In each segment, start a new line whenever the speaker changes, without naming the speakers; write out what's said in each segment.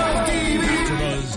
AfterBuzz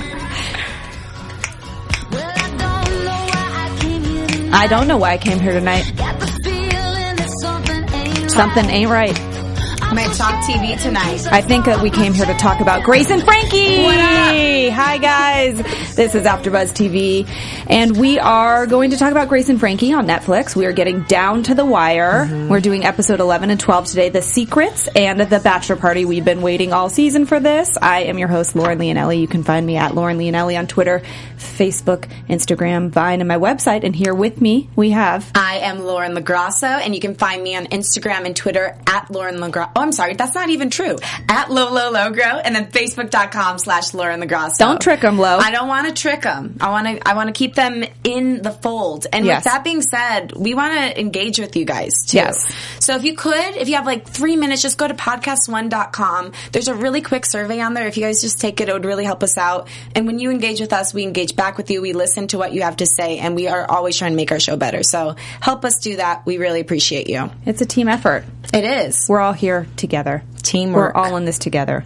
I don't know why I came here tonight. Something ain't right.
I'm at Talk TV tonight.
I think that we came here to talk about Grace and Frankie. Hi guys. This is AfterBuzz TV, and we are going to talk about Grace and Frankie on Netflix. We are getting down to the wire.
Mm-hmm.
We're doing episode 11 and 12 today, The Secrets and The Bachelor Party. We've been waiting all season for this. I am your host, Lauren Leonelli. You can find me at Lauren Leonelli on Twitter, Facebook, Instagram, Vine, and my website. And here with me, we have
I am Lauren Lagrasso, and you can find me on Instagram and Twitter at Lauren Lagrasso. Oh, I'm sorry, that's not even true. At LoLoLogro, and then Facebook.com slash Lauren Lagrasso.
Don't trick 'em, Lo.
I don't want to trick them. I want to. I want to keep them in the fold. And
Yes.
with that being said, we want to engage with you guys too.
Yes.
So if you could, if you have like three minutes, just go to podcast1.com. There's a really quick survey on there. If you guys just take it, it would really help us out. And when you engage with us, we engage back with you. We listen to what you have to say, and we are always trying to make our show better. So help us do that. We really appreciate you.
It's a team effort.
It is.
We're all here together.
Teamwork.
We're all in this together.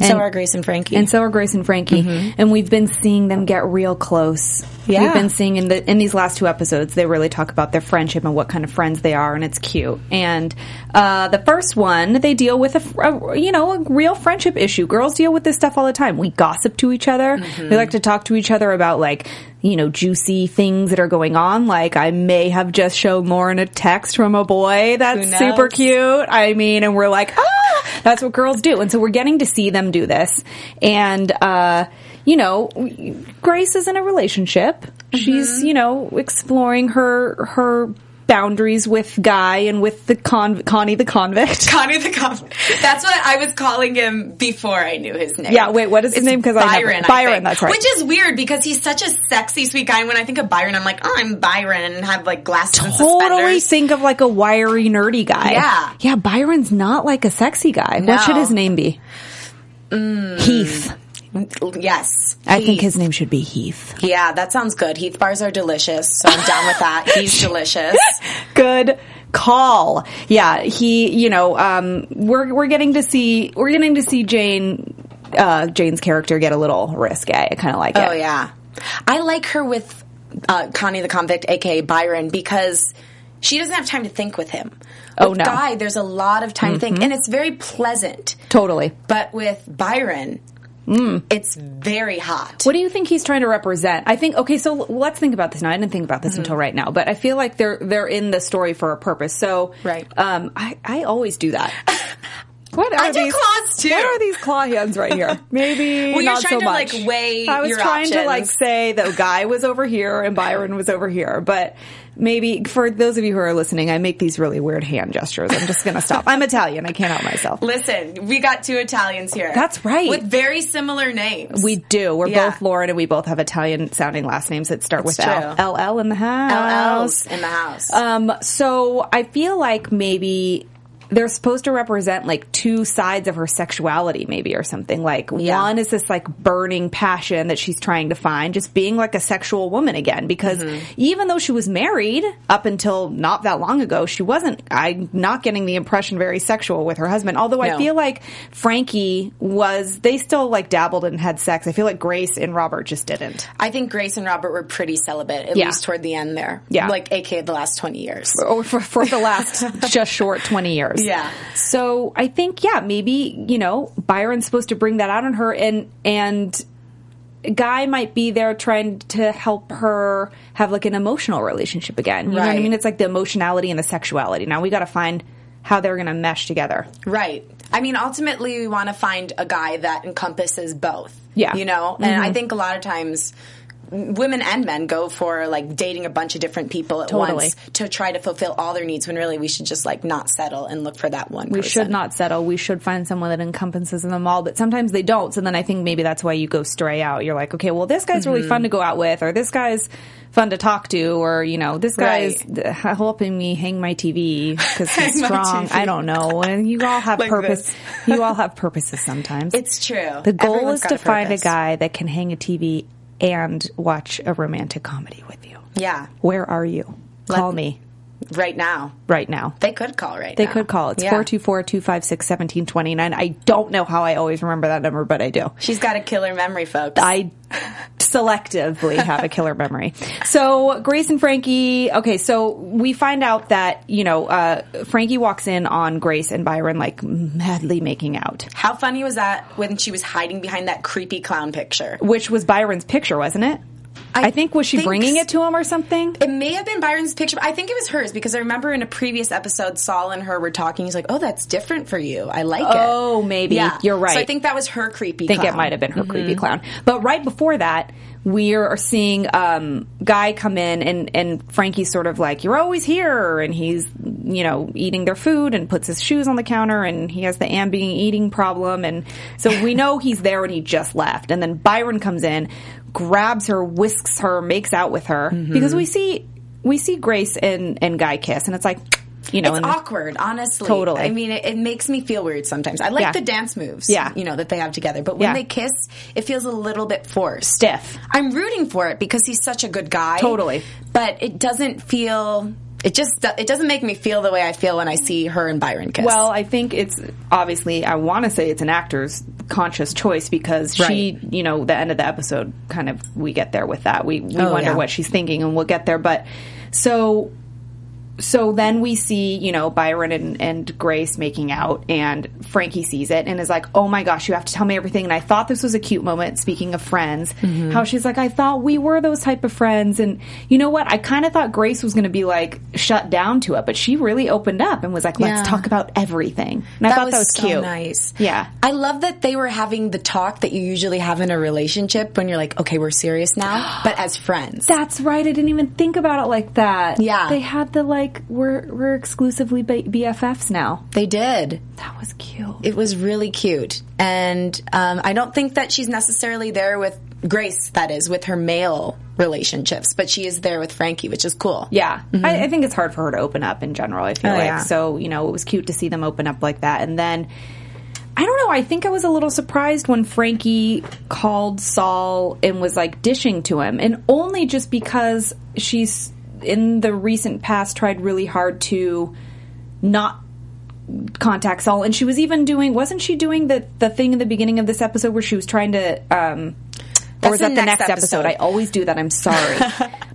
so are Grace and Frankie.
And so are Grace and Frankie. And we've been seeing them get real close.
Yeah.
We've been seeing in the in these last two episodes they really talk about their friendship and what kind of friends they are and it's cute. And uh, the first one they deal with a, fr- a- you know a real friendship issue. Girls deal with this stuff all the time. We gossip to each other.
Mm-hmm.
We like to talk to each other about like you know juicy things that are going on like I may have just shown Lauren a text from a boy that's
knows?
super cute. I mean and we're like ah that's what girls do. And so we're getting to see them do this. And, uh, you know, we- Grace is in a relationship. She's,
Mm-hmm.
you know, exploring her, her boundaries with Guy and with the con, Connie the convict.
Connie the cop. That's what I was calling him before I knew his name.
Yeah, wait, what is his
It's
name? 'Cause I never-
Byron. I
Byron,
think.
that's right.
Which is weird because he's such a sexy, sweet guy. And when I think of Byron, I'm like, oh, I'm Byron, and have like glasses and
Totally
suspenders.
think of like a wiry, nerdy guy.
Yeah.
Yeah, Byron's not like a sexy guy.
No. Mm.
What should his name be? Heath.
Yes,
I think his name should be Heath.
Yeah, that sounds good. Heath bars are delicious, so I'm down with that. He's delicious.
good call. Yeah, he, you know, um, we're we're getting to see we're getting to see Jane uh, Jane's character get a little risque. I kind of like it.
Oh yeah, I like her with uh, Connie the convict, aka Byron, because she doesn't have time to think with him.
Oh,
with
no. Mm-hmm.
Guy, there's a lot of time to think, and it's very pleasant.
Totally.
But with Byron, it's very hot.
Mm. What do you think he's trying to represent? I think okay, so l- let's think about this now. I didn't think about this until right now, but I feel like they're they're in the story for a purpose. So
Right.
um, I I always do that. What are
I do
these
claws, too.
What are these claw hands right here? Maybe
Well, you're
not so
trying to,
much.
like, weigh
I was
your
trying to like
options.
say that guy was over here and Byron was over here, but maybe for those of you who are listening, I make these really weird hand gestures. I'm just gonna stop. I'm Italian. I can't help myself.
Listen, we got two Italians here.
That's right.
With very similar names.
We do. We're
Yeah.
both Lauren and we both have Italian sounding last names that start with L.
true.
LL in the house.
LLs in the house.
Um, so I feel like maybe they're supposed to represent like two sides of her sexuality, maybe, or something. Like
Yeah.
one is this like burning passion that she's trying to find, just being like a sexual woman again. Because even though she was married up until not that long ago, she wasn't, I'm not getting the impression very sexual with her husband. Although I
No.
feel like Frankie was, they still like dabbled and had sex. I feel like Grace and Robert just didn't.
I think Grace and Robert were pretty celibate, at
Yeah.
least toward the end there.
Yeah.
Like, aka the last 20 years.
or Oh, for, for the last just short 20 years.
Yeah.
So I think, yeah, maybe, you know, Byron's supposed to bring that out on her and, and Guy might be there trying to help her have like an emotional relationship again. You know what I
Right.
mean? It's like the emotionality and the sexuality. Now we got to find how they're going to mesh together.
Right. I mean, ultimately, we want to find a guy that encompasses both.
Yeah. Mm-hmm.
You know? And I think a lot of times women and men go for like dating a bunch of different people at
Totally.
once to try to fulfill all their needs when really we should just like not settle and look for that one.
We should not settle. We should find someone that encompasses them all, but sometimes they don't. So then I think maybe that's why you go stray out. You're like, okay, well, this guy's
Mm-hmm.
really fun to go out with, or this guy's fun to talk to, or, you know, this guy's
Right.
th- helping me hang my TV because he's
Hang my
strong.
TV.
I don't know. And you all have
Like
purpose.
this.
You all have purposes sometimes.
It's true.
the goal
Everyone's
is
got
to find a
purpose.
guy that can hang a TV and watch a romantic comedy with you.
Yeah,
Where are you? Call me
right now
right now.
they could call right.
They
now.
could call. It's
Yeah.
424 256 1729. I don't know how I always remember that number, but I do.
She's got a killer memory, folks.
I selectively have a killer memory. So Grace and Frankie, okay, so we find out that, you know, uh, Frankie walks in on Grace and Byron like madly making out,
How funny was that when she was hiding behind that creepy clown picture?
which was Byron's picture, wasn't it? I, think, was she
think
bringing
s-
it to him or something?
It may have been Byron's picture. but I think it was hers because I remember in a previous episode, Saul and her were talking. He's like, "Oh, that's different for you. I like it."
Oh, maybe. You're right.
So I think that was her creepy. Mm-hmm.
think it might have been her creepy clown. But right before that, we are seeing um, guy come in and and Frankie's sort of like, "You're always here," and he's you know eating their food and puts his shoes on the counter and he has the ambient eating problem and so we know he's there and he just left. And then Byron comes in, grabs her, whisks her, makes out with her
Mm-hmm.
because we see we see Grace and and Guy kiss and it's like you know
It's
and-
awkward, honestly.
Mm. Totally.
I mean, it, it makes me feel weird sometimes. I like
Yeah.
the dance moves,
Yeah.
you know, that they have together. But when
Yeah.
they kiss, it feels a little bit forced.
Stiff.
I'm rooting for it because he's such a good guy.
Totally.
But it doesn't feel. It just do- it doesn't make me feel the way I feel when I see her and Byron kiss.
Well, I think it's obviously I want to say it's an actor's conscious choice because she,
Right.
you know, the end of the episode kind of we get there with that. We we
Oh,
wonder
yeah.
what she's thinking and we'll get there, but so so then we see, you know, Byron and, and Grace making out, and Frankie sees it and is like, oh my gosh, you have to tell me everything. And I thought this was a cute moment, speaking of friends, how she's like, I thought we were those type of friends. And you know what? I kind of thought Grace was going to be like shut down to it, but she really opened up and was like, let's
Yeah.
talk about everything. And I thought that was
so
cute.
Nice.
Yeah.
I love that they were having the talk that you usually have in a relationship when you're like, okay, we're serious now, but as friends.
That's right. I didn't even think about it like that.
Yeah.
They had the like, we're, we're exclusively B- BFFs now.
They did.
That was cute.
It was really cute. And um, I don't think that she's necessarily there with Grace, that is, with her male relationships, but she is there with Frankie, which is cool.
Yeah, I, I think it's hard for her to open up in general. I feel
Oh,
like
yeah.
so. You know, it was cute to see them open up like that, and then I don't know. I think I was a little surprised when Frankie called Saul and was like dishing to him, and only just because she's in the recent past tried really hard to not contact Saul, and she was even doing wasn't she doing the the thing in the beginning of this episode where she was trying to um or
That's
was that the next, episode? I always do that. I'm sorry.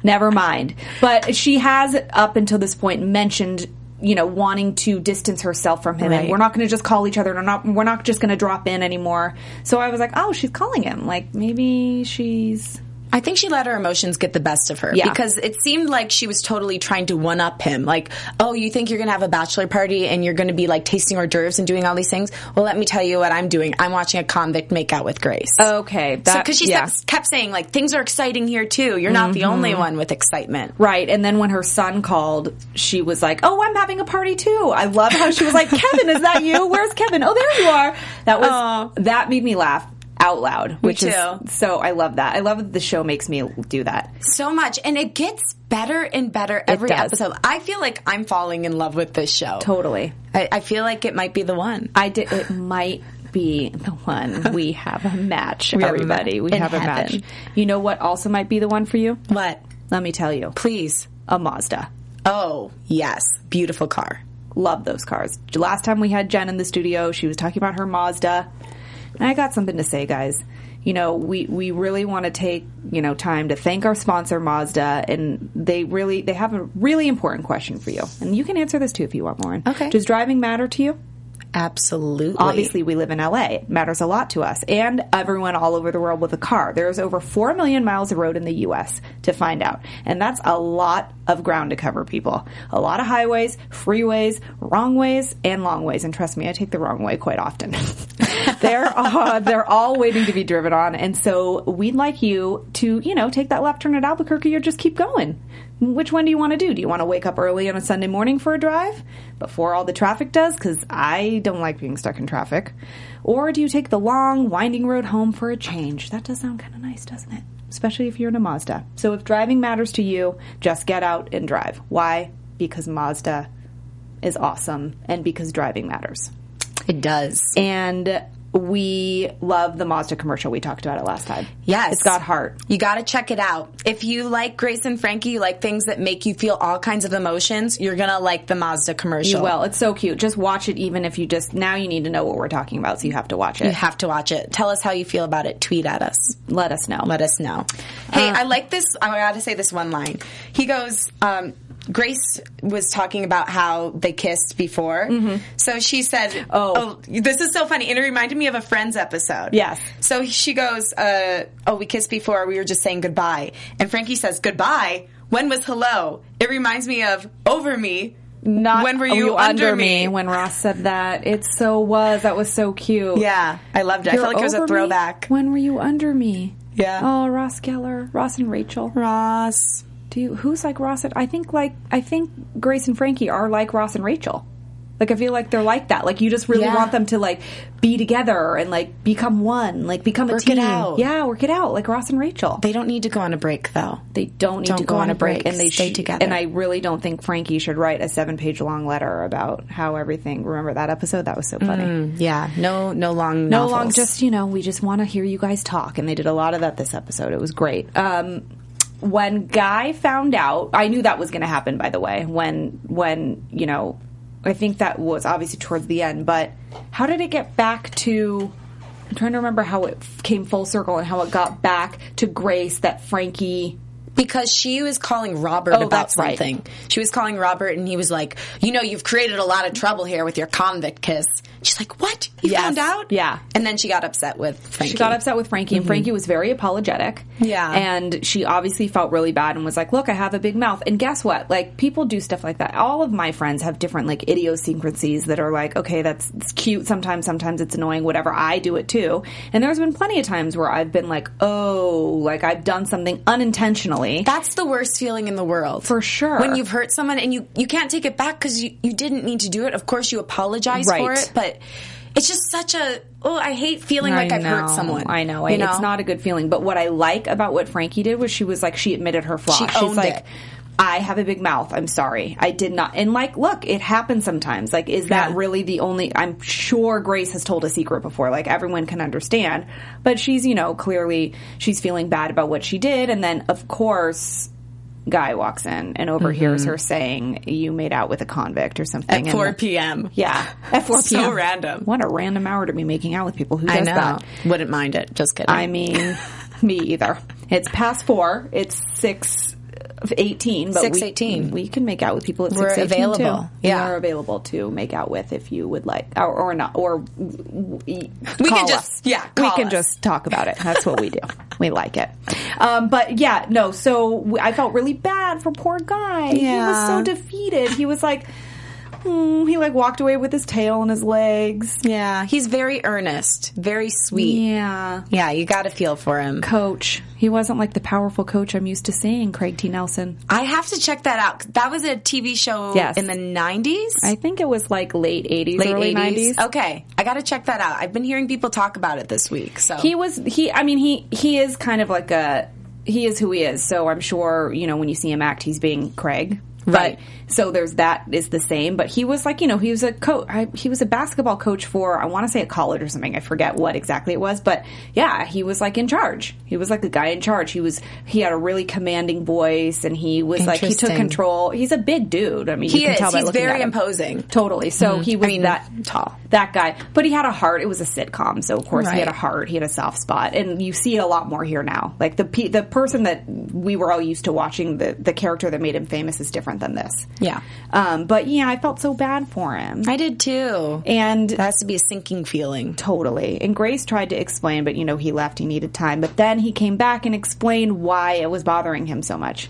Never mind. But she has up until this point mentioned, you know, wanting to distance herself from him, and
Right.
we're not going to just call each other. And we're not we're not just going to drop in anymore. So I was like, oh, she's calling him. Like maybe she's
I think she let her emotions get the best of her
Yeah.
because it seemed like she was totally trying to one up him. Like, oh, you think you're going to have a bachelor party and you're going to be like tasting hors d'oeuvres and doing all these things? Well, let me tell you what I'm doing. I'm watching a convict make out with Grace.
okay. That
because she kept, kept saying like things are exciting here too. You're not
Mm-hmm.
the only one with excitement.
Right. And then when her son called, she was like, Oh, I'm having a party too. I love how she was like, Kevin, is that you? Where's Kevin? Oh, there you are. That was, that made me laugh out loud, which
too.
is so, I love that. I love that the show makes me do that.
So much, and it gets better and better every
does.
episode. I feel like I'm falling in love with this show.
Totally.
I, I feel like it might be the one.
I did, it might be the one. We have a match,
have a
everybody.
ma-
we
in
have a match.
heaven.
You know what also might be the one for you?
What?
Let me tell you.
Please.
A Mazda.
Oh yes, beautiful car.
Love those cars. Last time we had Jen in the studio, she was talking about her Mazda. And I got something to say, guys. You know, we, we really want to take, you know, time to thank our sponsor, Mazda, and they really they have a really important question for you. And you can answer this too if you want, Lauren.
Okay.
Does driving matter to you?
Absolutely.
Obviously, we live in LA. It matters a lot to us and everyone all over the world with a car. There's over 4 million miles of road in the US to find out. And that's a lot of ground to cover, people. A lot of highways, freeways, wrong ways, and long ways. And trust me, I take the wrong way quite often. they're uh, they're all waiting to be driven on, and so we'd like you to you know take that left turn at Albuquerque or just keep going. Which one do you want to do? Do you want to wake up early on a Sunday morning for a drive before all the traffic does? Because I don't like being stuck in traffic. Or do you take the long winding road home for a change? That does sound kind of nice, doesn't it? Especially if you're in a Mazda. So if driving matters to you, just get out and drive. Why? Because Mazda is awesome and because driving matters
It does.
and we love the Mazda commercial. We talked about it last time.
Yes.
It's got heart.
You got to check it out. If you like Grace and Frankie, you like things that make you feel all kinds of emotions, you're going to like the Mazda commercial.
You will. It's so cute. Just watch it even if you just, now you need to know what we're talking about, so you have to watch it.
You have to watch it. Tell us how you feel about it. Tweet at us.
Let us know.
Let us know. Uh, Hey, I like this. I got to say this one line. He goes, um, Grace was talking about how they kissed before. So she said,
Oh.
this is so funny. And it reminded me of a Friends episode.
Yes.
So she goes, uh, Oh, we kissed before. We were just saying goodbye. And Frankie says, Goodbye. When was hello? It reminds me of over me.
Not
when were
oh,
you, under, me?
When Ross said that, it so was. That was so cute.
yeah, I loved it. I
You're
felt like it was
over
a
me?
throwback.
When were you under me?
Yeah.
Oh, Ross Geller, Ross and Rachel.
Ross.
Do you, who's like Ross? And, I think like I think Grace and Frankie are like Ross and Rachel. Like I feel like they're like that. Like you just really
Yeah.
want them to like be together and like become one, like become a
Work it
team.
out.
Yeah, work it out. Like Ross and Rachel.
They don't need to go on a break though.
They don't need
Don't
to go, on a break, and they
Stay
sh-
together.
And I really don't think Frankie should write a seven-page long letter about how everything. Remember that episode? That was so funny.
Yeah, no, no long,
No long, just you know, we just want to hear you guys talk, and they did a lot of that this episode. It was great. Um, when Guy found out, I knew that was going to happen. By the way, when when you know, I think that was obviously towards the end. But how did it get back to? I'm trying to remember how it f- came full circle and how it got back to Grace that Frankie.
because she was calling Robert about
Oh, that's right.
something. She was calling Robert, and he was like, "You know, you've created a lot of trouble here with your convict kiss." She's like, "What? You
Yes.
found out?"
Yeah.
and then she got upset with Frankie. Mm-hmm.
She got upset with Frankie, and Frankie was very apologetic.
Yeah.
And she obviously felt really bad and was like, Look, I have a big mouth. And guess what? Like, people do stuff like that. All of my friends have different, like, idiosyncrasies that are like, Okay, that's it's cute sometimes, sometimes it's annoying, whatever. I do it too. And there's been plenty of times where I've been like, Oh, like, I've done something unintentionally.
That's the worst feeling in the world,
For sure.
When you've hurt someone and you you can't take it back because you you didn't mean to do it. Of course, you apologize for
Right.
it, but it's just such a oh, I hate feeling like
I
I've hurt
know,
someone.
I know.
you
It's not a good feeling. But what I like about what Frankie did was she was like, she admitted her flaw.
She
She's
owned
like,
it.
I have a big mouth. I'm sorry. I did not. And like, look, it happens sometimes. Like, is that
Yeah.
really the only, I'm sure Grace has told a secret before. Like, everyone can understand. But she's, you know, clearly she's feeling bad about what she did. And then, of course, Guy walks in and overhears her saying, you made out with a convict or something.
Mm-hmm. at
And-
4 p.m.
Yeah. At 4
So
p.m.
random.
What a random hour to be making out with people. Who does
I know.
that?
Wouldn't mind it. Just kidding.
I mean, me either. It's past four. It's six eighteen. But we,
6:18.
We can make out with people at
We're
six eighteen
available.
Too.
Yeah.
we are available to make out with if you would like, or, or not, or we
We can just- yeah,
we
call
can
us.
just talk about it. That's what we do. we like it. Um, but yeah, no. So w- I felt really bad for poor guy. He was
Yeah.
so defeated. He was like. hmm, he like walked away with his tail and his legs.
Yeah, he's very earnest, very sweet.
Yeah.
Yeah, you got to feel for him.
coach. He wasn't like the powerful coach I'm used to seeing, Craig T. Nelson.
I have to check that out. That was a TV show
Yes.
in the 90s?
I think it was like late 80s,
Late
early
80s?
90s.
Okay, I got to check that out. I've been hearing people talk about it this week. So
He was he I mean he he is kind of like a he is who he is. So I'm sure, you know, when you see him act, he's being Craig.
Right.
But so there's that is the same, but he was like, you know, he was a coach. He was a basketball coach for I want to say a college or something. I forget what exactly it was, but yeah, he was like in charge. He was like a guy in charge. He was he had a really commanding voice, and he was like he took
Interesting.
control. He's a big dude. I mean,
He
you can
is.
tell by
He's
looking
very
at him.
imposing.
Totally. So he was
Mm-hmm. I mean,
that
tall.
that guy. But he had a heart. It was a sitcom, so of course he had a
Right.
heart. He had a soft spot, and you see it a lot more here now. Like the pe- the person that we were all used to watching, the the character that made him famous is different than this.
Yeah.
Um. But yeah, I felt so bad for him,
I did too.
and
That has to be a sinking feeling.
totally. And Grace tried to explain, but you know he left. He needed time. But then he came back and explained why it was bothering him so much.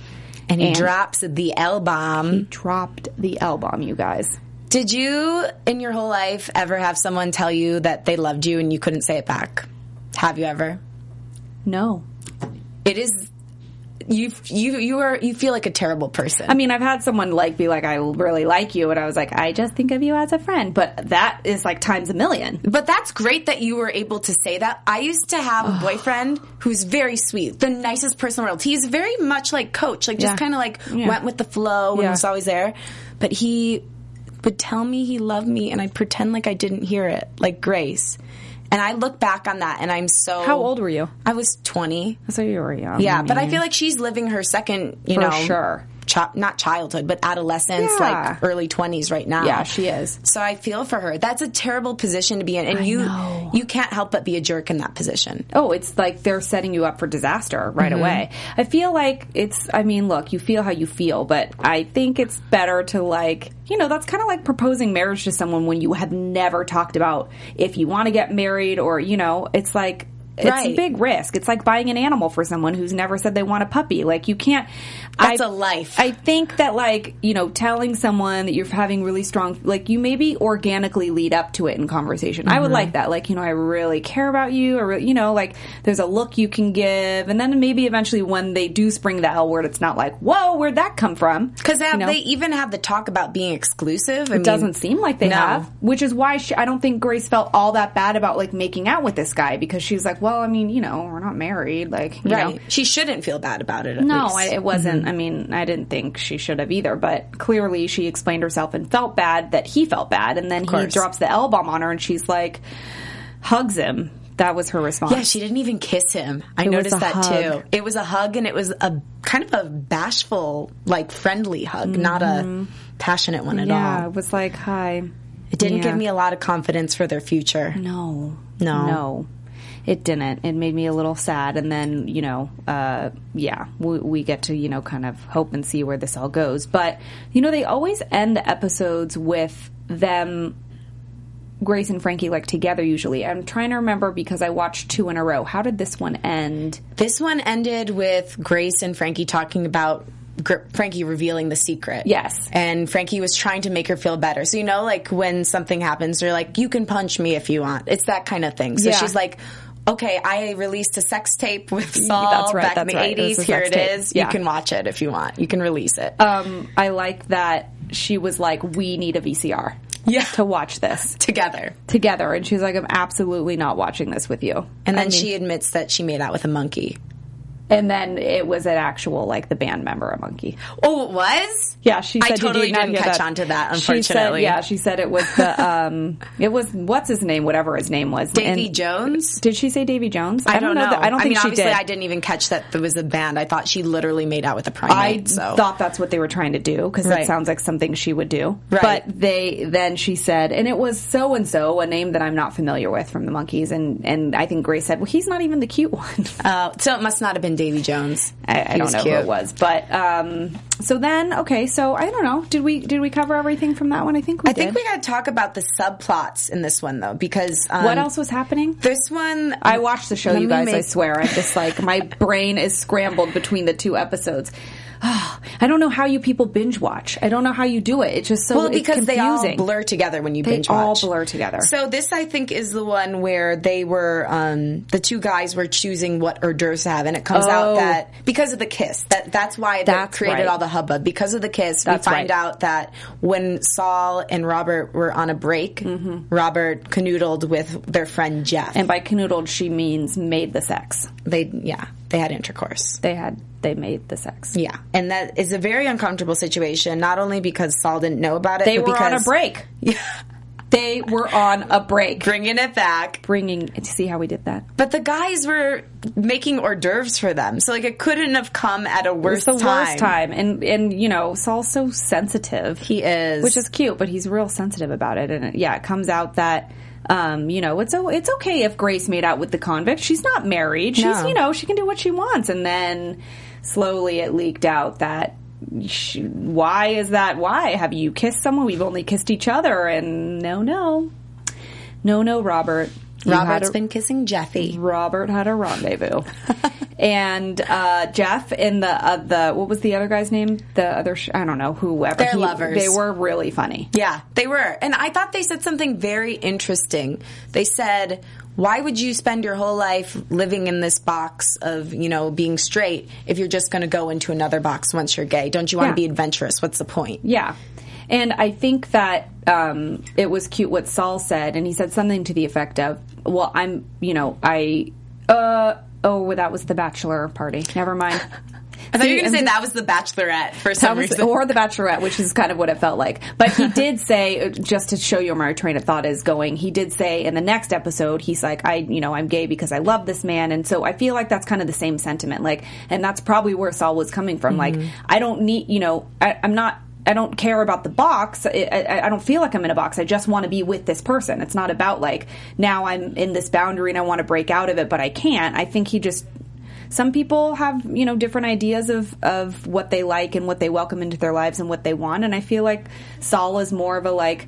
And he
And-
drops the L bomb.
Dropped the L bomb, you guys.
Did you, in your whole life, ever have someone tell you that they loved you and you couldn't say it back? Have you ever?
No.
It is you. You you are you feel like a terrible person.
I mean, I've had someone like be like, I really like you. And I was like, I just think of you as a friend. But that is like times a million.
But that's great that you were able to say that. I used to have a boyfriend who's very sweet, the nicest person in the world. He's very much like coach, like just
Yeah.
kind of like
Yeah.
went with the flow and
Yeah.
was always there. But he would tell me he loved me and I'd pretend like I didn't hear it, like Grace. And I look back on that and I'm so
How old were you?
I was 20.
So you were young.
Yeah, but I feel like she's living her second, you
For
know,
sure.
chi- not childhood, but adolescence,
Yeah.
like early twenties, right now.
Yeah, she is.
So I feel for her. That's a terrible position to be in, and you
know.
you can't help but be a jerk in that position.
oh, it's like they're setting you up for disaster right away. I feel like it's, I mean, look, you feel how you feel, but I think it's better to like, you know, that's kind of like proposing marriage to someone when you have never talked about if you want to get married or, you know, it's like, it's a
Right.
big risk. It's like buying an animal for someone who's never said they want a puppy. Like you can't.
That's
a
a life.
I think that like you know telling someone that you're having really strong like you maybe organically lead up to it in conversation. I
Mm-hmm.
would like that. Like you know I really care about you. I really, you know like there's a look you can give, and then maybe eventually when they do spring the L word, it's not like whoa where'd that come from?
Because
You know?
they even have the talk about being exclusive. I
It doesn't seem like they
No.
have, which is why she, I don't think Grace felt all that bad about like making out with this guy because she's like, well, I mean, you know, we're not married, like, you
Right.
know.
She shouldn't feel bad about it. At
No,
least.
I, it wasn't.
Mm-hmm.
I mean, I didn't think she should have either, but clearly she explained herself and felt bad that he felt bad. And then he
course.
drops the L bomb on her and she's like, hugs him. That was her response.
Yeah, she didn't even kiss him. I
was
noticed
a
that
hug.
too. It was a hug and it was a kind of a bashful, like friendly hug, not a passionate one at
Mm-hmm. yeah,
all.
it was like, hi.
It didn't
Yeah.
give me a lot of confidence for their future.
No.
No.
No. It didn't. It made me a little sad. And then, you know, uh, yeah, we, we get to, you know, kind of hope and see where this all goes. But, you know, they always end the episodes with them, Grace and Frankie, like together usually. I'm trying to remember because I watched two in a row. How did this one end?
This one ended with Grace and Frankie talking about Gr- Frankie revealing the secret.
Yes.
And Frankie was trying to make her feel better. So, you know, like when something happens, they're like, you can punch me if you want. It's that kind of thing. So
Yeah.
she's like, okay, I released a sex tape with
Yeah,
Saul
that's right,
back in
that's
the
right. It was
80s.
a
Here
sex
it
tape.
is.
Yeah.
You can watch it if you want. You can release it.
Um, I like that she was like, we need a VCR
Yeah.
to watch this
Together.
together. And she's like, I'm absolutely not watching this with you.
And then she admits that she made out with a monkey.
And then it was an actual like the band member, a monkey.
Oh, it was?
Yeah, she said
I totally
you did not
didn't
hear
catch
that.
on to that,
She said-
unfortunately.
yeah, she said it was the um, it was what's his name, whatever his name was,
Davy
And-
Jones?
Did she say Davy Jones?
I don't know.
that- I don't think
mean,
she
obviously,
did.
I didn't even catch that there was a band. I thought she literally made out with a primate.
I
so.
thought that's what they were trying to do because that
Right.
sounds like something she would do.
Right.
But they then she said, and it was so and so, a name that I'm not familiar with from the monkeys, and and I think Grace said, well, he's not even the cute one.
Uh, so it must not have been Davy Jones.
I, I
He
don't
was
know who
cute.
it was, but um, so then okay, so I don't know. Did we did we cover everything from that one? I think we
I
did.
think we got to talk about the subplots in this one though, because um,
what else was happening?
This one,
I watched the show,
Let
you
me
guys. I
make-
swear, I'm just like my brain is scrambled between the two episodes. I don't know how you people binge watch. I don't know how you do it. It's just so
well,
it's
because they all
confusing.
blur together when you
They
binge
all
watch.
blur together.
So this, I think, is the one where they were um, the two guys were choosing what hors d'oeuvres to have, and it comes
Oh.
out that because of the kiss, that that's why that
That's
created
right.
all the hubbub. Because of the kiss,
That's
we find
right.
out that when Saul and Robert were on a break, Robert canoodled with their friend Jeff.
Mm-hmm. and by canoodled, she means made the sex.
they, yeah, they had intercourse.
They had they made the sex.
Yeah, and that is a very uncomfortable situation. Not only because Saul didn't know about it,
They
but
were on a
because-
break. They were on a break.
bringing it back.
Bringing see how we did that.
But the guys were making hors d'oeuvres for them, so like it couldn't have come at a worse
It's the
time.
worst time, and and you know Saul's so sensitive.
He is.
which is cute, but he's real sensitive about it. And it, yeah, it comes out that um, you know it's o- it's okay if Grace made out with the convict. She's not married. She's
No.
you know she can do what she wants. And then slowly it leaked out that. She, why is that? Why have you kissed someone? We've only kissed each other, and no, no, no, no, Robert. You had
Robert's
a-
been kissing Jeffy.
Robert had a rendezvous. and uh, Jeff in the uh, the what was the other guy's name? The other sh- I don't know whoever.
They're lovers.
They were really funny.
Yeah, they were. And I thought they said something very interesting. They said, why would you spend your whole life living in this box of, you know, being straight if you're just going to go into another box once you're gay? Don't you want to
Yeah.
be adventurous? What's the point?
Yeah. And I think that um, it was cute what Saul said, and he said something to the effect of, "Well, I'm, you know, I, uh, oh, that was the bachelor party. Never mind."
I thought you were going
See,
to say that was the bachelorette for
That
some
was,
reason.
or the Bachelorette, which is kind of what it felt like. But he did say, uh, just to show you where my train of thought is going, he did say in the next episode, he's like, I, you know, I'm gay because I love this man. And so I feel like that's kind of the same sentiment. Like, and that's probably where Saul was coming from.
Mm-hmm.
Like, I don't need, you know, I, I'm not, I don't care about the box. I, I, I don't feel like I'm in a box. I just want to be with this person. It's not about like, now I'm in this boundary and I want to break out of it, but I can't. I think he just, some people have you know different ideas of of what they like and what they welcome into their lives and what they want and i feel like saul is more of a like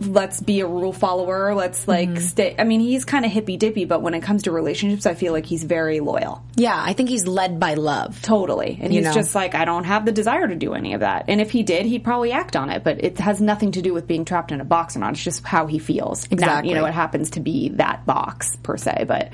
let's be a rule follower let's like stay i mean he's kind of hippy dippy but when it comes to relationships i feel like he's very loyal
yeah, I think he's led by love.
totally and
You
he's
know.
just like i don't have the desire to do any of that and if he did he'd probably act on it but it has nothing to do with being trapped in a box or not it's just how he feels Now,
Exactly.
you know it happens to be that box per se but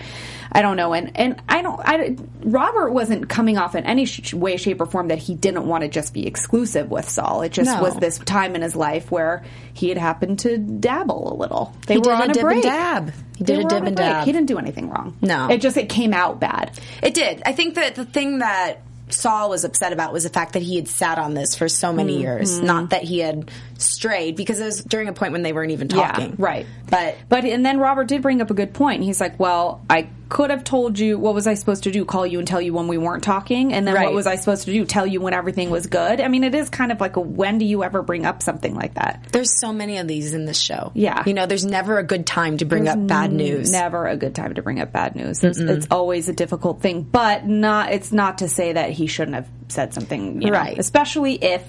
i don't know and and i don't i robert wasn't coming off in any sh- way shape or form that he didn't want to just be exclusive with saul it just
No.
was this time in his life where he had happened to dabble a little they
He
were
did
on
a dip and
break
dab. He did
They
a
were
dip
on
and
break.
dab.
he didn't do anything wrong
No.
it just it came out bad
It did. I think that the thing that Saul was upset about was the fact that he had sat on this for so many
Mm-hmm.
years, not that he had strayed, because it was during a point when they weren't even talking.
Yeah, right.
But
but and then Robert did bring up a good point. He's like, "Well, I could have told you what was I supposed to do? Call you and tell you when we weren't talking, and then
Right.
what was I supposed to do? Tell you when everything was good." I mean, it is kind of like a when do you ever bring up something like that?
there's so many of these in this show.
Yeah.
You know, there's never a good time to bring up bad news.
Never a good time to bring up bad news. It's, it's always a difficult thing, but not. It's not to say that he shouldn't have said something, you know,
Right.
Especially if.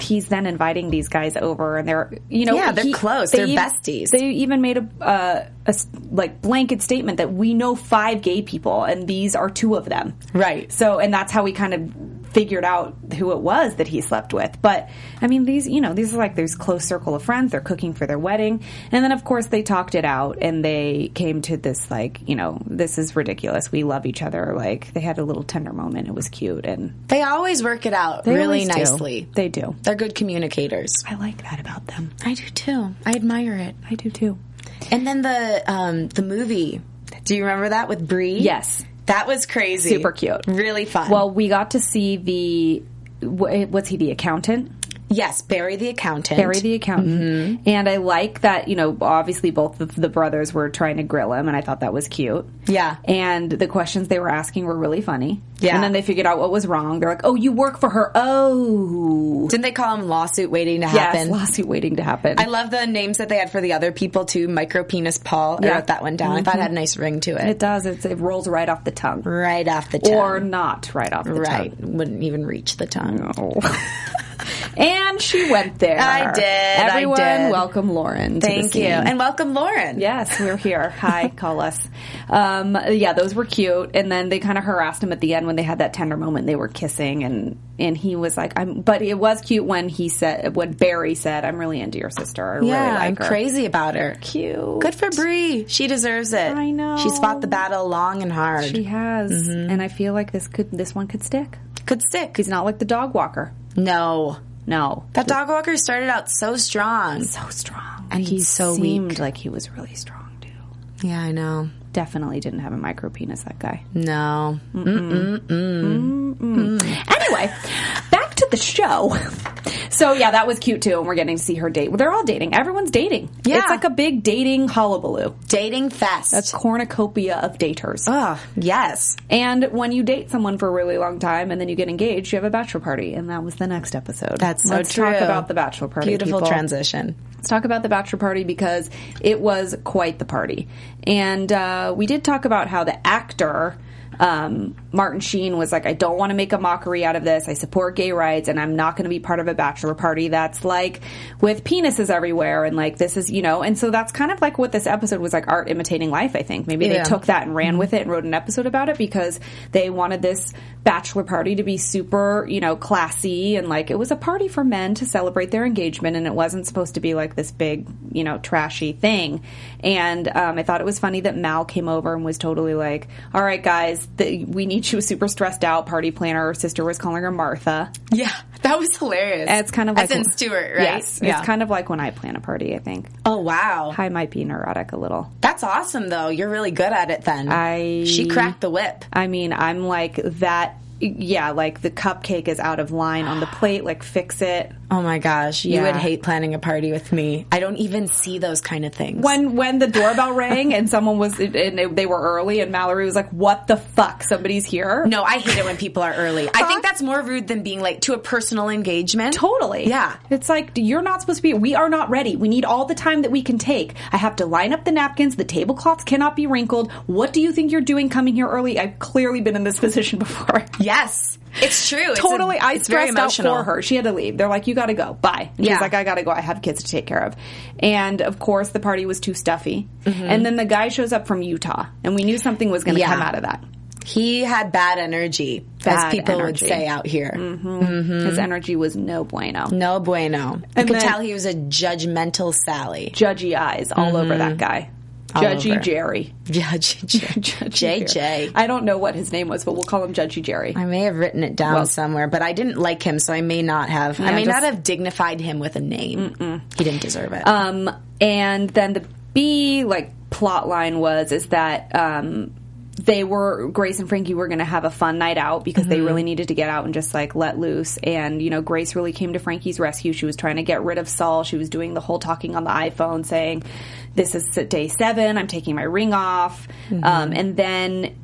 He's then inviting these guys over, and they're you know
Yeah, they're
he-
close. They're
even-
besties.
They even made a, uh, a s- like blanket statement that we know five gay people, and these are two of them.
Right.
So, and that's how we kind of figured out who it was that he slept with. But I mean, these, you know, these are like there's close circle of friends. They're cooking for their wedding, and then of course they talked it out and they came to this like, you know, this is ridiculous. We love each other. Like they had a little tender moment. It was cute, and
They always work it out
they
really
always do.
nicely.
They do.
They're good communicators.
I like that about them.
I do too. I admire it.
I do too.
And then the um, the movie. Do you remember that with Brie?
Yes.
That was crazy.
Super cute.
Really fun.
Well, we got to see the wh- what's he the accountant?
yes, Barry the accountant.
Barry the accountant.
Mm-hmm.
And I like that, you know, obviously both of the brothers were trying to grill him, and I thought that was cute.
Yeah.
And the questions they were asking were really funny.
Yeah.
And then they figured out what was wrong. They're like, oh, you work for her. Oh.
Didn't they call him lawsuit waiting to
Yes,
happen?
lawsuit waiting to happen.
I love the names that they had for the other people too. Micro penis Paul. I
Yeah.
wrote that one down. I thought it had a nice ring to it.
it does. It's, it rolls right off the tongue.
Right off the tongue.
Or not right off the
right.
tongue.
Wouldn't even reach the tongue.
and she went there.
I did, I
Everyone,
did.
welcome Lauren. to the
Thank you.
scene.
And welcome Lauren.
Yes, we're here. Hi, call us. Um, yeah, those were cute. And then they kind of harassed him at the end when they had that tender moment. They were kissing, and and he was like, "I'm." But it was cute when he said, when Barry said, "I'm really into your sister. I
Yeah,
really like
I'm
her."
crazy about her.
Cute.
Good for Bree. She deserves it.
I know.
She's fought the battle long and hard.
She has,
Mm-hmm.
and I feel like this could this one could stick.
could stick.
He's not like the dog walker.
No.
No,
That dog walker started out so strong.
so strong,
And he's so
seemed
weak.
like he was really strong too.
Yeah, I know.
Definitely didn't have a micro penis. That guy.
No.
Anyway, back to the show. So yeah, that was cute too, and we're getting to see her date. Well, they're all dating. Everyone's dating.
Yeah.
it's like a big dating hullabaloo.
Dating fest.
It's cornucopia of daters.
oh, yes.
And when you date someone for a really long time and then you get engaged, you have a bachelor party, and that was the next episode.
That's so
Let's
true.
talk about the bachelor party.
Beautiful
people.
transition.
Let's talk about the bachelor party because it was quite the party, and uh, we did talk about how the actor. Um, Martin Sheen was like, I don't want to make a mockery out of this. I support gay rights and I'm not going to be part of a bachelor party that's like with penises everywhere. And like, this is, you know, and so that's kind of like what this episode was like art imitating life, I think. Maybe
Yeah.
they took that and ran with it and wrote an episode about it because they wanted this bachelor party to be super, you know, classy and like it was a party for men to celebrate their engagement and it wasn't supposed to be like this big, you know, trashy thing. And um, I thought it was funny that Mal came over and was totally like, "All right, guys, the, we need." She was super stressed out. Party planner, her sister was calling her Martha.
Yeah, that was hilarious.
And it's kind of like
As in Stewart, right?
Yes,
Yeah.
it's kind of like when I plan a party. I think
Oh wow,
I might be neurotic a little.
that's awesome though. You're really good at it. Then
I-
she cracked the whip.
I mean, I'm like that. Yeah, like the cupcake is out of line on the plate. Like, fix it.
Oh my gosh, you
Yeah.
would hate planning a party with me. I don't even see those kind of things.
When when the doorbell rang and someone was and it- they were early and Mallory was like, "What the fuck? Somebody's here."
no, I hate it when people are early. I think that's more rude than being late to a personal engagement.
Totally.
Yeah.
It's like you're not supposed to be. We are not ready. We need all the time that we can take. I have to line up the napkins. The tablecloths cannot be wrinkled. What do you think you're doing coming here early? I've clearly been in this position before.
Yes, it's true. It's a-
totally. I
it's very
stressed out
emotional.
for her. She had to leave. They're like, you got to go. Bye. And
Yeah.
She's like, I got to go. I have kids to take care of. And of course, the party was too stuffy. And then the guy shows up from Utah, and we knew something was going to
Mm-hmm. Yeah.
come out of that.
He had bad energy, as
Bad
people
energy. Mm-hmm.
would say out here. Mm-hmm.
His energy was no bueno.
No bueno. you
And
could
then-
tell he was a judgmental Sally.
Judgy eyes all over that guy.
Mm-hmm. All
Judgy
over.
Jerry.
Judge
Judgy Jerry.
JJ.
I don't know what his name was, but we'll call him Judgy Jerry.
I may have written it down somewhere, but I didn't like him, so I may not have. I may
just-
not have dignified him with a name. He didn't deserve it.
Um, and then the B like plot line was is that um, they were Grace and Frankie were going to have a fun night out because they really needed to get out and just like let loose. And you know, Grace really came to Frankie's rescue. She was trying to get rid of Saul. She was doing the whole talking on the iPhone, saying, "This is day seven. I'm taking my ring off." Um, and then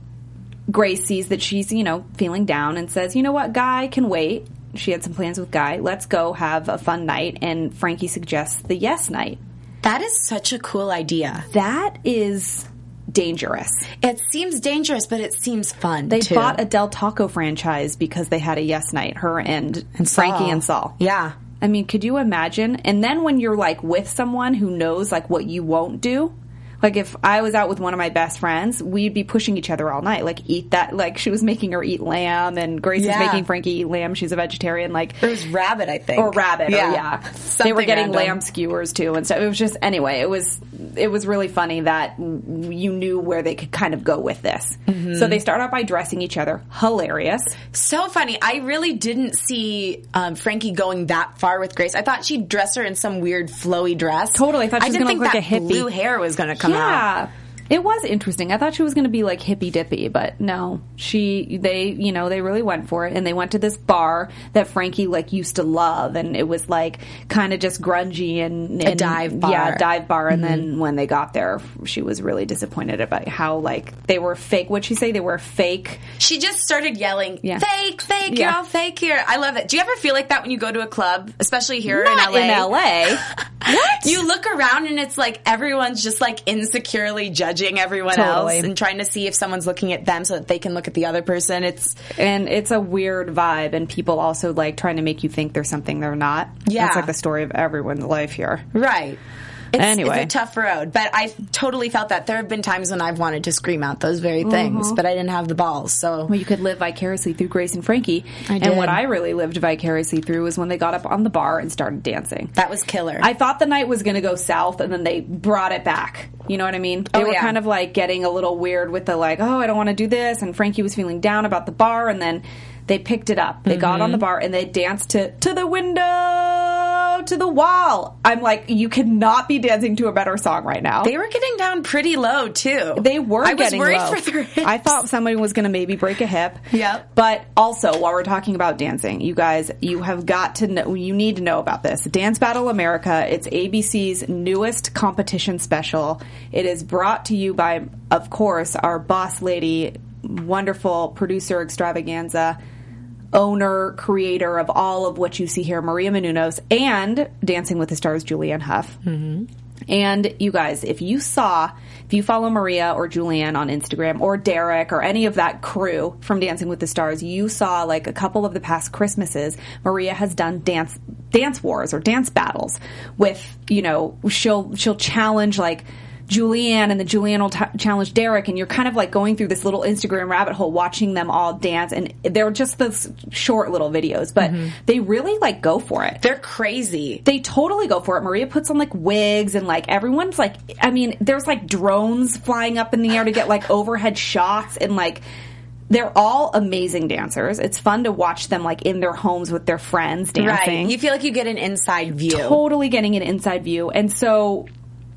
Grace sees that she's, you know, feeling down and says, you know what, Guy can wait. She had some plans with Guy. Let's go have a fun night. And Frankie suggests the yes night.
that is such a cool idea.
That is dangerous.
It seems dangerous, but it seems fun.
They
too.
bought a Del Taco franchise because they had a yes night, her and, Frankie and Saul.
Yeah.
I mean, could you imagine? And then when you're like with someone who knows like what you won't do, like if I was out with one of my best friends, we'd be pushing each other all night. Like eat that. Like she was making her eat lamb, and Grace
Yeah.
is making Frankie eat lamb. She's a vegetarian. Like
It was rabbit, I think,
or rabbit. Yeah, yeah. they were
Something
getting
random.
lamb skewers too and stuff. It was just anyway. It was it was really funny that w- you knew where they could kind of go with this. So they start out by dressing each other. Hilarious.
So funny. I really didn't see um, Frankie going that far with Grace. I thought she'd dress her in some weird flowy dress.
Totally. I thought she was
didn't
gonna
think
look
that
like a hippie.
blue hair was going to come out.
Yeah. It was interesting. I thought she was going to be like hippy dippy, but no. She, they, you know, they really went for it, and they went to this bar that Frankie like used to love, and it was like kind of just grungy and, and
dive bar. Mm-hmm.
yeah, dive bar. And then when they got there, she was really disappointed about how like they were fake. What'd she say? They were fake.
She just started yelling,
Yeah.
"Fake, fake!
Yeah.
You're all fake here." I love it. Do you ever feel like that when you go to a club, especially here
Not
in LA?
in LA. what?
You look around and it's like everyone's just like insecurely judging everyone
Totally.
else and trying to see if someone's looking at them so that they can look at the other person. It's
and it's a weird vibe, and people also like trying to make you think they're something they're not.
Yeah.
that's like the story of everyone's life here.
Right. It's,
Anyway.
it's a tough road, but I totally felt that. There have been times when I've wanted to scream out those very
Mm-hmm.
things, but I didn't have the balls. So
Well, you could live vicariously through Grace and Frankie.
I
And
did.
what I really lived vicariously through was when they got up on the bar and started dancing.
that was killer.
I thought the night was going to go south, and then they brought it back. You know what I mean? They
Oh,
were
yeah.
kind of like getting a little weird with the like, oh, I don't want to do this, and Frankie was feeling down about the bar, and then they picked it up. They got
Mm-hmm.
on the bar and they danced to to the window, to the wall. I'm like, you cannot be dancing to a better song right now.
they were getting down pretty low too.
They were
I was
getting
worried
low.
for their hips.
I thought somebody was going to maybe break a hip.
Yep.
But also, while we're talking about dancing, you guys, you have got to know. You need to know about this Dance Battle America. It's ABC's newest competition special. It is brought to you by, of course, our boss lady, wonderful producer extravaganza. Owner, creator of all of what you see here, Maria Menounos, and Dancing with the Stars, Julianne Hough. And you guys, if you saw, if you follow Maria or Julianne on Instagram or Derek or any of that crew from Dancing with the Stars, you saw like a couple of the past Christmases, Maria has done dance dance wars or dance battles with, you know, she'll she'll challenge like Julianne and the Julianne will t- challenge Derek, and you're kind of like going through this little Instagram rabbit hole watching them all dance, and they're just those short little videos, but they really like go for it
They're crazy.
they totally go for it. Maria puts on like wigs and like everyone's like, I mean, there's like drones flying up in the air to get like overhead shots and like, they're all amazing dancers. It's fun to watch them like in their homes with their friends dancing
Right. You feel like you get an inside view.
totally getting an inside view. And so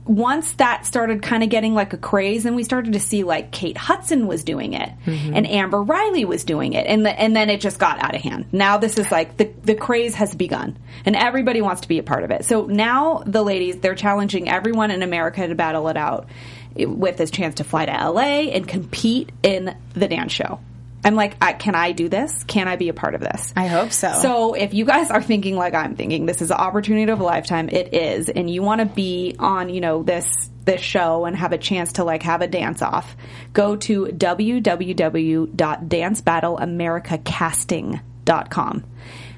once that started kind of getting like a craze, then we started to see like Kate Hudson was doing it and Amber Riley was doing it. And the, and then it just got out of hand. Now this is like the, the craze has begun and everybody wants to be a part of it. So now the ladies, they're challenging everyone in America to battle it out with this chance to fly to LA and compete in the dance show. I'm like, I, can I do this? Can I be a part of this?
I hope so.
So so if you guys are thinking like I'm thinking, this is an opportunity of a lifetime. It is, and you want to be on, you know, this this show and have a chance to like have a dance off. Go to www.dancebattleamericacasting.com.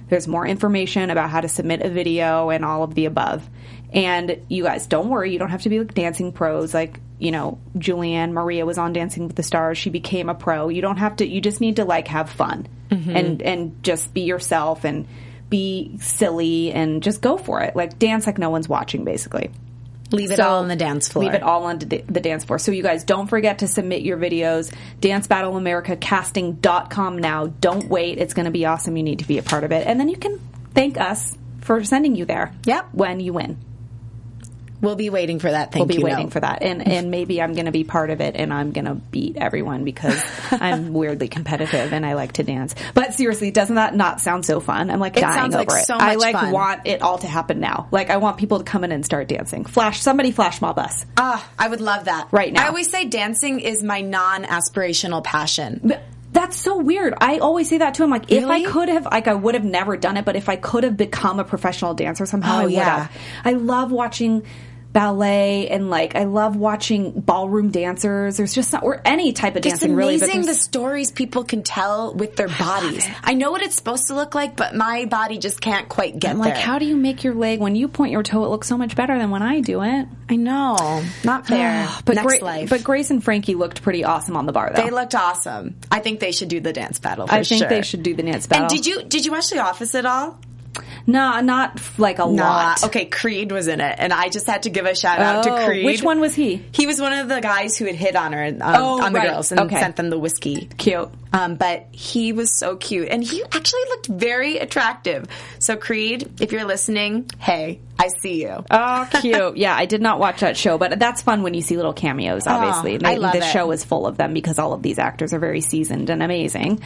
There's more information about how to submit a video and all of the above. And you guys, don't worry, you don't have to be like dancing pros. Like, you know, Julianne Maria was on Dancing with the Stars. She became a pro. You don't have to, you just need to like have fun
Mm-hmm.
and, and just be yourself and be silly and just go for it. Like, dance like no one's watching, basically.
leave it
So,
all on the dance floor.
Leave it all on the the dance floor. So you guys don't forget to submit your videos. DanceBattleAmericaCasting.com now. Don't wait. It's going to be awesome. You need to be a part of it. And then you can thank us for sending you there.
Yep.
When you win.
We'll be waiting for that. Thank
We'll be
you.
waiting
note.
for that. And and maybe I'm going to be part of it and I'm going to beat everyone because I'm weirdly competitive and I like to dance. But seriously, doesn't that not sound so fun? I'm like dying
sounds
over
like
it.
so
I
much
like
fun.
want it all to happen now. Like I want people to come in and start dancing. Flash somebody flash mob us.
Ah, I would love that.
Right now.
I always say dancing is my non-aspirational passion.
Th- That's so weird. I always say that too. I'm like, if I
Really?
could have, like, I would have never done it, but if I could have become a professional dancer somehow,
Oh,
I would
yeah.
have. I love watching ballet and like I love watching ballroom dancers. There's just not or any type of
It's
dancing really. but
amazing the
there's-
stories people can tell with their bodies. I know what it's supposed to look like, but my body just can't quite get
I'm like,
there.
how do you make your leg when you point your toe? It looks so much better than when I do it.
I know? Not fair.
but
Next
Gra-
life.
but Grace and Frankie looked pretty awesome on the bar though.
They looked awesome. I think they should do the dance battle. For
I think
sure.
they should do the dance battle.
And did you did you watch The Office at all?
Nah, not f- like a lot.
Okay, Creed was in it, and I just had to give a shout out
Oh,
to Creed.
which one was he?
He was one of the guys who had hit on her and, um,
Oh,
on the
right.
girls and
Okay.
sent them the whiskey.
Cute.
Um, but he was so cute, and he actually looked very attractive. So Creed, if you're listening, hey, I see you.
Oh, cute. yeah, I did not watch that show, but that's fun when you see little cameos, obviously.
Ah, I love
this
it.
show is full of them because all of these actors are very seasoned and amazing.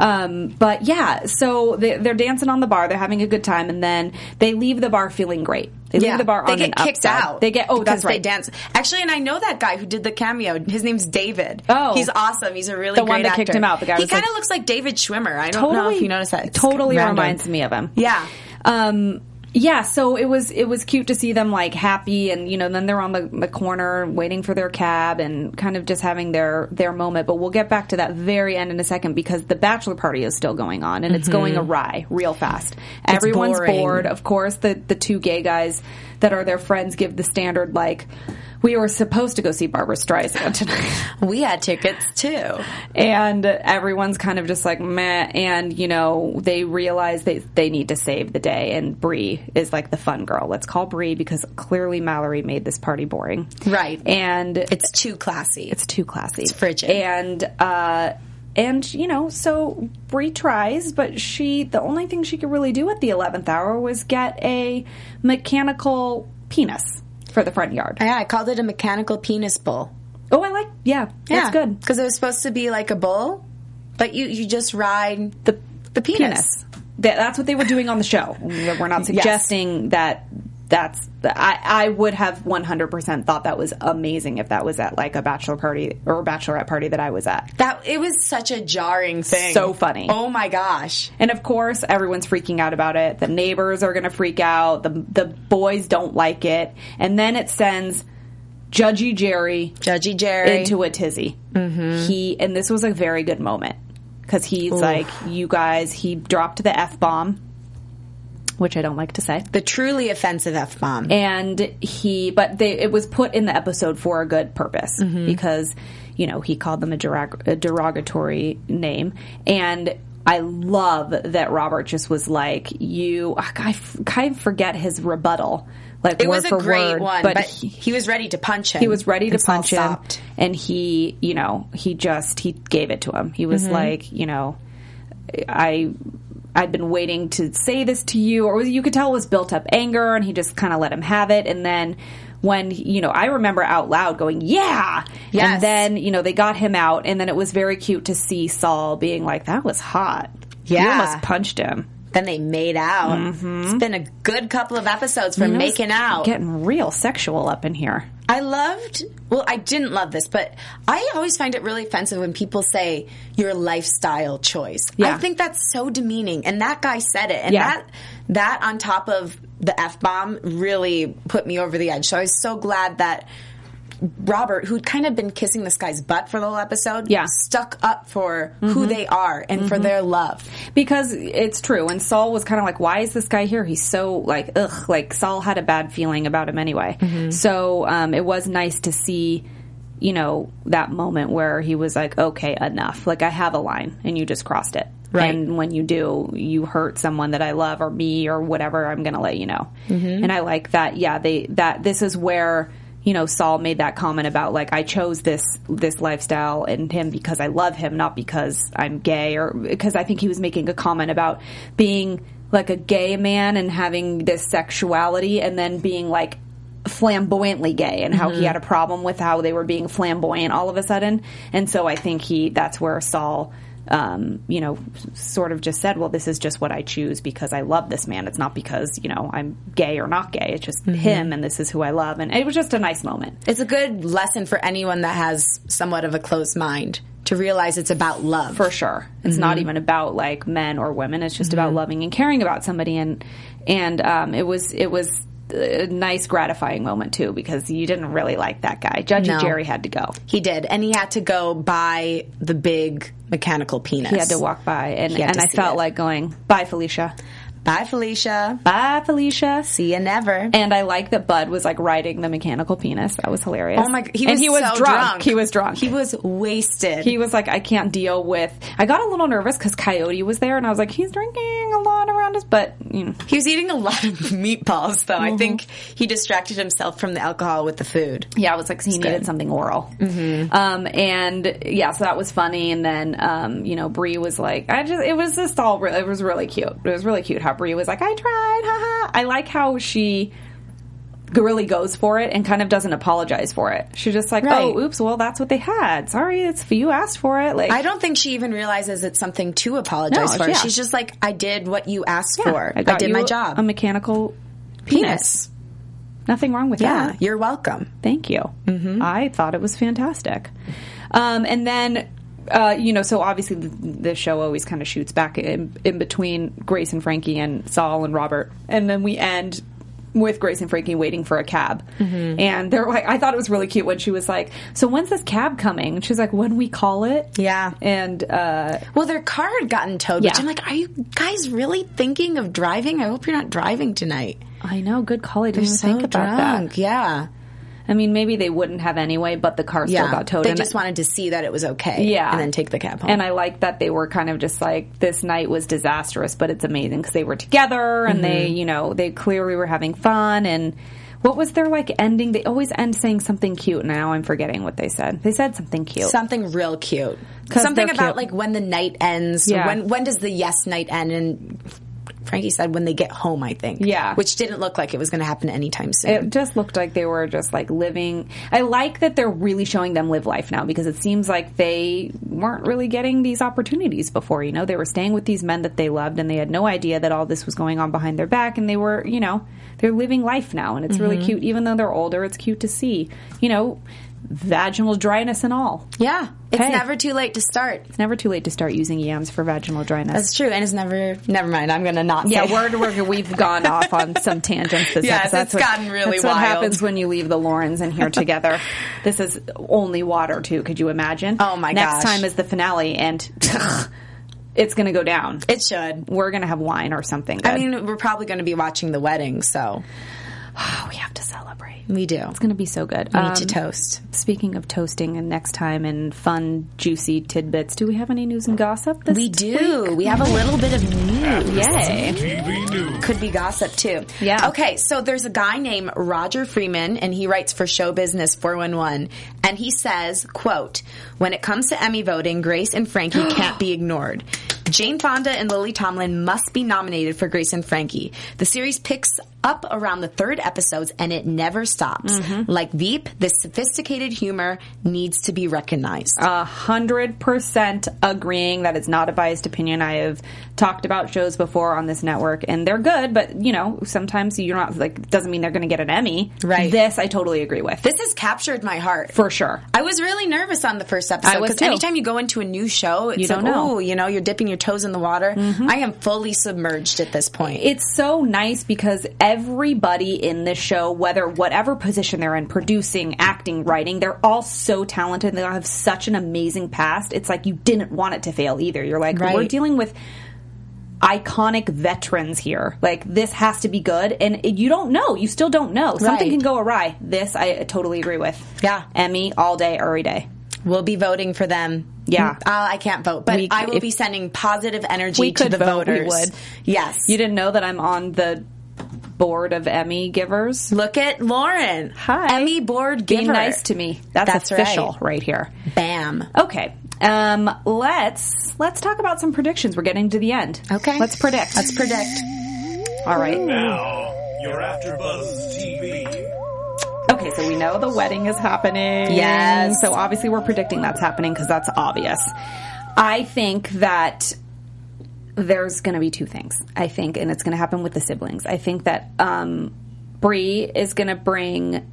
Um, but yeah, so they, they're dancing on the bar, they're having a good time, and then they leave the bar feeling great. They leave the bar
they
on
get
an
kicked
upside.
out.
They get, oh,
because
that's right.
They dance actually, and I know that guy who did the cameo. His name's David.
Oh.
he's awesome. He's a really
The
great
one that
actor.
kicked him out, the guy
he
was
kind of
like-
looks like David Schwimmer. I don't know if you noticed that. It's
totally
random.
reminds me of him.
Yeah.
Um, yeah, so it was it was cute to see them like happy and you know then they're on the, the corner waiting for their cab and kind of just having their their moment. But we'll get back to that very end in a second because the bachelor party is still going on and it's going awry real fast. Everyone's
boring.
bored. Of course, the the two gay guys that are their friends give the standard like we were supposed to go see Barbara Streisand tonight
We had tickets too.
and everyone's kind of just like meh. And you know, they realize they they need to save the day. And Bree is like the fun girl. Let's call Bree because clearly Mallory made this party boring,
Right.
And
It's too classy.
it's too classy. It's
frigid.
And uh and you know, so Bree tries, but she the only thing she could really do at the eleventh hour was get a mechanical penis for the front yard.
yeah, I called it a mechanical penis bowl.
Oh, I like yeah, that's good.
because it was supposed to be like a bowl, but you you just ride
the
the penis.
penis. That, that's what they were doing on the show. We're not suggesting that that's the, I, I would have 100% thought that was amazing if that was at like a bachelor party or bachelorette party that I was at.
That it was such a jarring thing.
So funny.
Oh my gosh.
And of course, everyone's freaking out about it. The neighbors are going to freak out. The the boys don't like it. And then it sends Judgy Jerry
Judgy Jerry.
into a tizzy. He and this was a very good moment because he's like, "You guys," he dropped the f bomb, which I don't like to say.
the truly offensive F bomb.
and he but they it was put in the episode for a good purpose
Mm-hmm.
because you know he called them a, derog- a derogatory name and I love that Robert just was like you I f- kind of forget his rebuttal like
It
word
was a
for
great
word,
one, but, he,
he,
he was ready to punch him.
he was ready to
And Saul
punch him
stopped.
and he you know he just he gave it to him he
Mm-hmm.
was like you know I I'd been waiting to say this to you, or you could tell it was built up anger, and he just kind of let him have it, and then. When you know, I remember out loud going, "Yeah,"
Yes.
and then you know they got him out, and then it was very cute to see Saul being like, "That was hot." you
Yeah.
almost punched him.
Then they made out. It's been a good couple of episodes for
Mm-hmm. It was
making out.
getting real sexual up in here.
I loved, well, I didn't love this, but I always find it really offensive when people say your lifestyle choice.
Yeah.
I think that's so demeaning. And that guy said it. And
Yeah.
that, that on top of the F bomb really put me over the edge. So I was so glad that Robert, who'd kind of been kissing this guy's butt for the whole episode,
Yeah. Mm-hmm.
stuck up for who they are and for their love.
because it's true. And Saul was kind of like, "Why is this guy here? He's so like, ugh." Like Saul had a bad feeling about him anyway. So um, it was nice to see, you know, that moment where he was like, "Okay, enough. Like I have a line, and you just crossed it."
Right.
And when you do, you hurt someone that I love, or me, or whatever. I'm gonna let you know. And I like that. Yeah, they that this is where. You know, Saul made that comment about like I chose this this lifestyle and him because I love him, not because I'm gay or because I think he was making a comment about being like a gay man and having this sexuality and then being like flamboyantly gay and how he had a problem with how they were being flamboyant all of a sudden. And so I think he that's where Saul um, you know, sort of just said, well, this is just what I choose because I love this man. It's not because, you know, I'm gay or not gay. It's just him and this is who I love. And it was just a nice moment.
It's a good lesson for anyone that has somewhat of a closed mind to realize it's about love.
for sure. It's not even about like men or women. It's just about loving and caring about somebody. And and um, it was it was a nice, gratifying moment too because you didn't really like that guy. Judgy
No.
Jerry had to go.
He did, and he had to go buy the big mechanical penis.
He had to walk by, and
had
and
to
I
see
felt
it.
like going, bye Felicia,
Bye, Felicia.
bye Felicia.
See you never.
And I like that Bud was like riding the mechanical penis. That was hilarious.
oh my! He was
and he was
so
drunk.
drunk.
He was drunk.
He was wasted.
he was like, I can't deal with. I got a little nervous because Coyote was there, and I was like, he's drinking a lot around us, but you know,
He was eating a lot of meatballs, though.
Mm-hmm.
I think he distracted himself from the alcohol with the food.
Yeah, it was like he needed something oral.
Mm-hmm.
Um, and yeah, so that was funny. And then, um, you know, Brie was like, I just, it was just all, re- it was really cute. It was really cute how Brie was like, I tried, haha. I like how she really goes for it and kind of doesn't apologize for it. She's just like,
Right.
oh, oops, well, that's what they had. Sorry, it's you asked for it. Like,
I don't think she even realizes it's something to apologize
No,
for.
yeah.
She's just like, I did what you asked
Yeah,
for. I,
got
did
you
my job.
A mechanical penis.
penis.
Nothing wrong with
Yeah,
that.
you're welcome.
Thank you. I thought it was fantastic. Um, and then, uh, you know, so obviously the, the show always kind of shoots back in, in between Grace and Frankie and Saul and Robert. And then we end with Grace and Frankie waiting for a cab. And they're like, I thought it was really cute when she was like, So when's this cab coming? And she's like, When we call it.
Yeah.
And, uh,
Well, their car had gotten towed,
Yeah.
which I'm like, are you guys really thinking of driving? I hope you're not driving tonight.
I know, good call. I didn't even
So
think about
drunk.
that.
Yeah.
I mean, maybe they wouldn't have anyway, but the car still
yeah.
got towed.
They
and-
just wanted to see that it was okay.
Yeah.
And then take the cab home.
And I like that they were kind of just like, this night was disastrous, but it's amazing because they were together and they,
Mm-hmm.
you know, they clearly were having fun. And what was their like ending? They always end saying something cute. Now I'm forgetting what they said. They said something cute.
Something real cute.
'Cause
Something
they're cute.
about like when the night ends.
Yeah.
When when does the yes night end? And Frankie said when they get home, I think.
Yeah.
Which didn't look like it was going to happen anytime soon.
It just looked like they were just like living. I like that they're really showing them live life now because it seems like they weren't really getting these opportunities before. You know, they were staying with these men that they loved and they had no idea that all this was going on behind their back. And they were, you know, they're living life now. And it's really cute. Even though they're older, it's cute to see, you know, vaginal dryness and all.
yeah. It's
Hey.
never too late to start.
It's never too late to start using yams for vaginal dryness.
That's true. And it's never, never mind. I'm going to not
yeah,
say
word we're, we've gone off on some tangents this
Yes,
episode. That's
it's
what-
gotten really
that's
wild.
what happens when you leave the Laurens in here together. this is only water too. Could you imagine?
Oh, my
Next
gosh.
time is the finale, and it's going to go down.
It should.
We're going to have wine or something.
I
good.
mean, we're probably going to be watching the wedding, so
Oh, we have to celebrate.
we do.
It's going to be so good.
We need to
Um,
toast.
Speaking of toasting, and next time and fun, juicy tidbits. Do we have any news and gossip? This
We do. We have a little bit of news.
Yay.
TV News.
could be gossip too.
Yeah.
Okay, so there's a guy named Roger Freeman and he writes for Show Business 411 and he says, quote, when it comes to Emmy voting, Grace and Frankie can't be ignored. Jane Fonda and Lily Tomlin must be nominated for Grace and Frankie. The series picks up around the third episodes and it never stops.
Mm-hmm.
Like Veep, this sophisticated humor needs to be recognized.
A hundred percent agreeing. That is not a biased opinion. I have talked about shows before on this network, and they're good, but you know, sometimes you're not like doesn't mean they're going to get an Emmy.
Right.
This I totally agree with
this has captured my heart.
for sure.
I was really nervous on the first episode
I was
because
too.
anytime you go into a new show, it's
You don't
like,
know. Mm-hmm.
oh, you know, you're dipping your toes in the water. I am fully submerged at this point.
It's so nice because everybody in this show, whether whatever position they're in, producing, acting, writing, they're all so talented. They all have such an amazing past. It's like you didn't want it to fail either. You're like,
Right.
we're dealing with iconic veterans here. Like this has to be good, and it- you don't know. You still don't know. Something
Right.
can go awry. This I totally agree with.
Yeah.
Emmy all day, every day.
we'll be voting for them.
Yeah.
Mm, uh, I can't vote, but
We-
I will
if-
be sending positive energy
We
to
could
the
vote, we
voters.
would.
Yes.
You didn't know that I'm on the board of Emmy givers.
Look at Lauren.
Hi.
Emmy board
Be
giver.
nice to me. That's,
That's
official
right.
right here.
Bam.
Okay. Um, let's let's talk about some predictions. We're getting to the end.
Okay.
Let's predict.
Let's predict.
All right.
Now, you're after Buzz TV.
Okay, so we know the wedding is happening.
Yes.
So obviously we're predicting that's happening because that's obvious. I think that there's going to be two things. I think, and it's going to happen with the siblings. I think that um, Bree is going to bring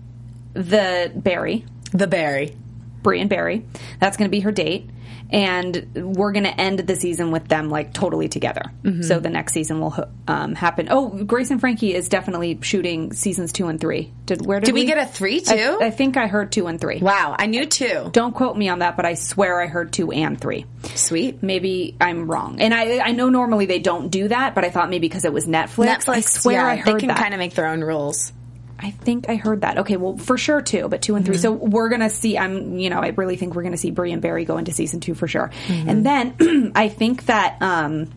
the Barry,
The Barry.
Brie and Barry. That's going to be her date. And we're going to end the season with them like totally together.
Mm-hmm.
So the next season will ho- um, happen. Oh, Grace and Frankie is definitely shooting seasons two and three. Did where did,
Did we get a three, too?
I, I think I heard two and three.
Wow. I knew two.
Don't quote me on that, but I swear I heard two and three.
Sweet.
Maybe I'm wrong, and I I know normally they don't do that, but I thought maybe because it was Netflix. I
Netflix.
swear
yeah,
I heard
They can
that.
kind of make their own rules.
I think I heard that. Okay, well, for sure two, but two and 3 So we're gonna see. I'm, you know, I really think we're gonna see Brie and Barry go into season two for sure. And then I think that um,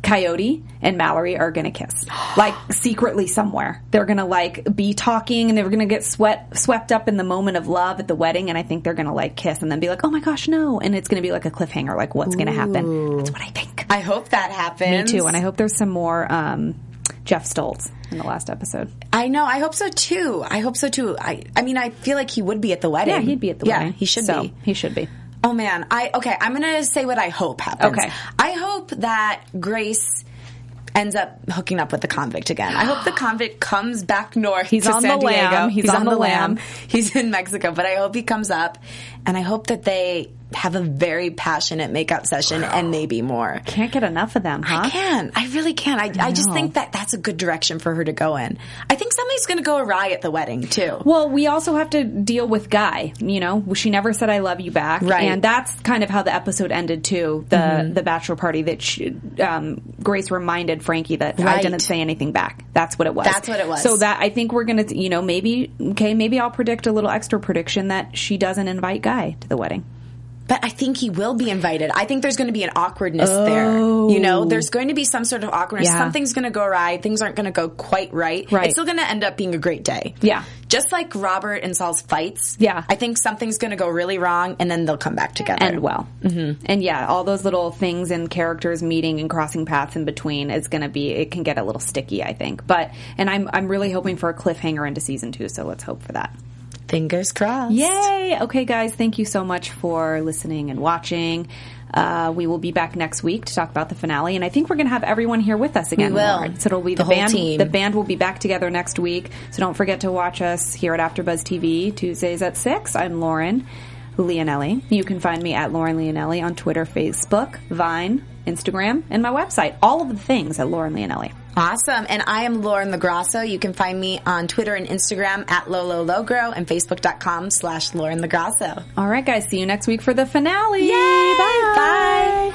Coyote and Mallory are gonna kiss, like secretly somewhere. They're gonna like be talking, and they're gonna get sweat swept up in the moment of love at the wedding. And I think they're gonna like kiss, and then be like, "Oh my gosh, no!" And it's gonna be like a cliffhanger, like what's gonna happen. That's what I think.
I hope that happens.
Me too. And I hope there's some more um, Jeff Stoltz in the last episode.
I know. I hope so too. I hope so too. I, I mean, I feel like he would be at the wedding.
Yeah, he'd be at the
yeah,
wedding.
He should
So,
be.
He should be.
Oh man. I okay. I'm gonna say what I hope happens.
Okay.
I hope that Grace ends up hooking up with the convict again. I hope the convict comes back north.
He's
to
on
San
the lam.
Diego.
He's on the lam.
He's in Mexico, but I hope he comes up, and I hope that they have a very passionate makeout session and maybe more.
Can't get enough of them, huh?
I can. I really can. I, I just
know.
think that that's a good direction for her to go in. I think somebody's going to go awry at the wedding too.
Well, we also have to deal with Guy. You know, she never said "I love you" back,
Right.
and that's kind of how the episode ended too. The the bachelor party that she, um, Grace reminded Frankie that I
Right.
didn't say anything back. That's what it was.
That's what it was.
So that I think we're gonna, you know, maybe okay, maybe I'll predict a little extra prediction that she doesn't invite Guy to the wedding.
But I think he will be invited. I think there's going to be an awkwardness there. You know, there's going to be some sort of awkwardness.
Oh. Yeah.
Something's going to go awry. Things aren't going to go quite right.
Right.
It's still going to end up being a great day.
Yeah.
Just like Robert and Saul's fights.
Yeah.
I think something's going to go really wrong and then they'll come back together.
end well. Mm-hmm. And yeah, all those little things and characters meeting and crossing paths in between is going to be it can get a little sticky, I think. But and I'm I'm really hoping for a cliffhanger into season 2, so let's hope for that.
Fingers crossed.
Yay! Okay, guys, thank you so much for listening and watching. Uh, we will be back next week to talk about the finale, and I think we're going to have everyone here with us again.
We will.
Lauren. So it'll be the,
The whole
band.
team.
The band will be back together next week. So don't forget to watch us here at AfterBuzz TV Tuesdays at six. I'm Lauren Leonelli. You can find me at Lauren Leonelli on Twitter, Facebook, Vine, Instagram, and my website. All of the things at Lauren Leonelli.
Awesome. And I am Lauren Lagrasso. You can find me on Twitter and Instagram at LoloLogro and Facebook.com slash Lauren Lagrasso.
All right, guys, see you next week for the finale. Yay!
Bye.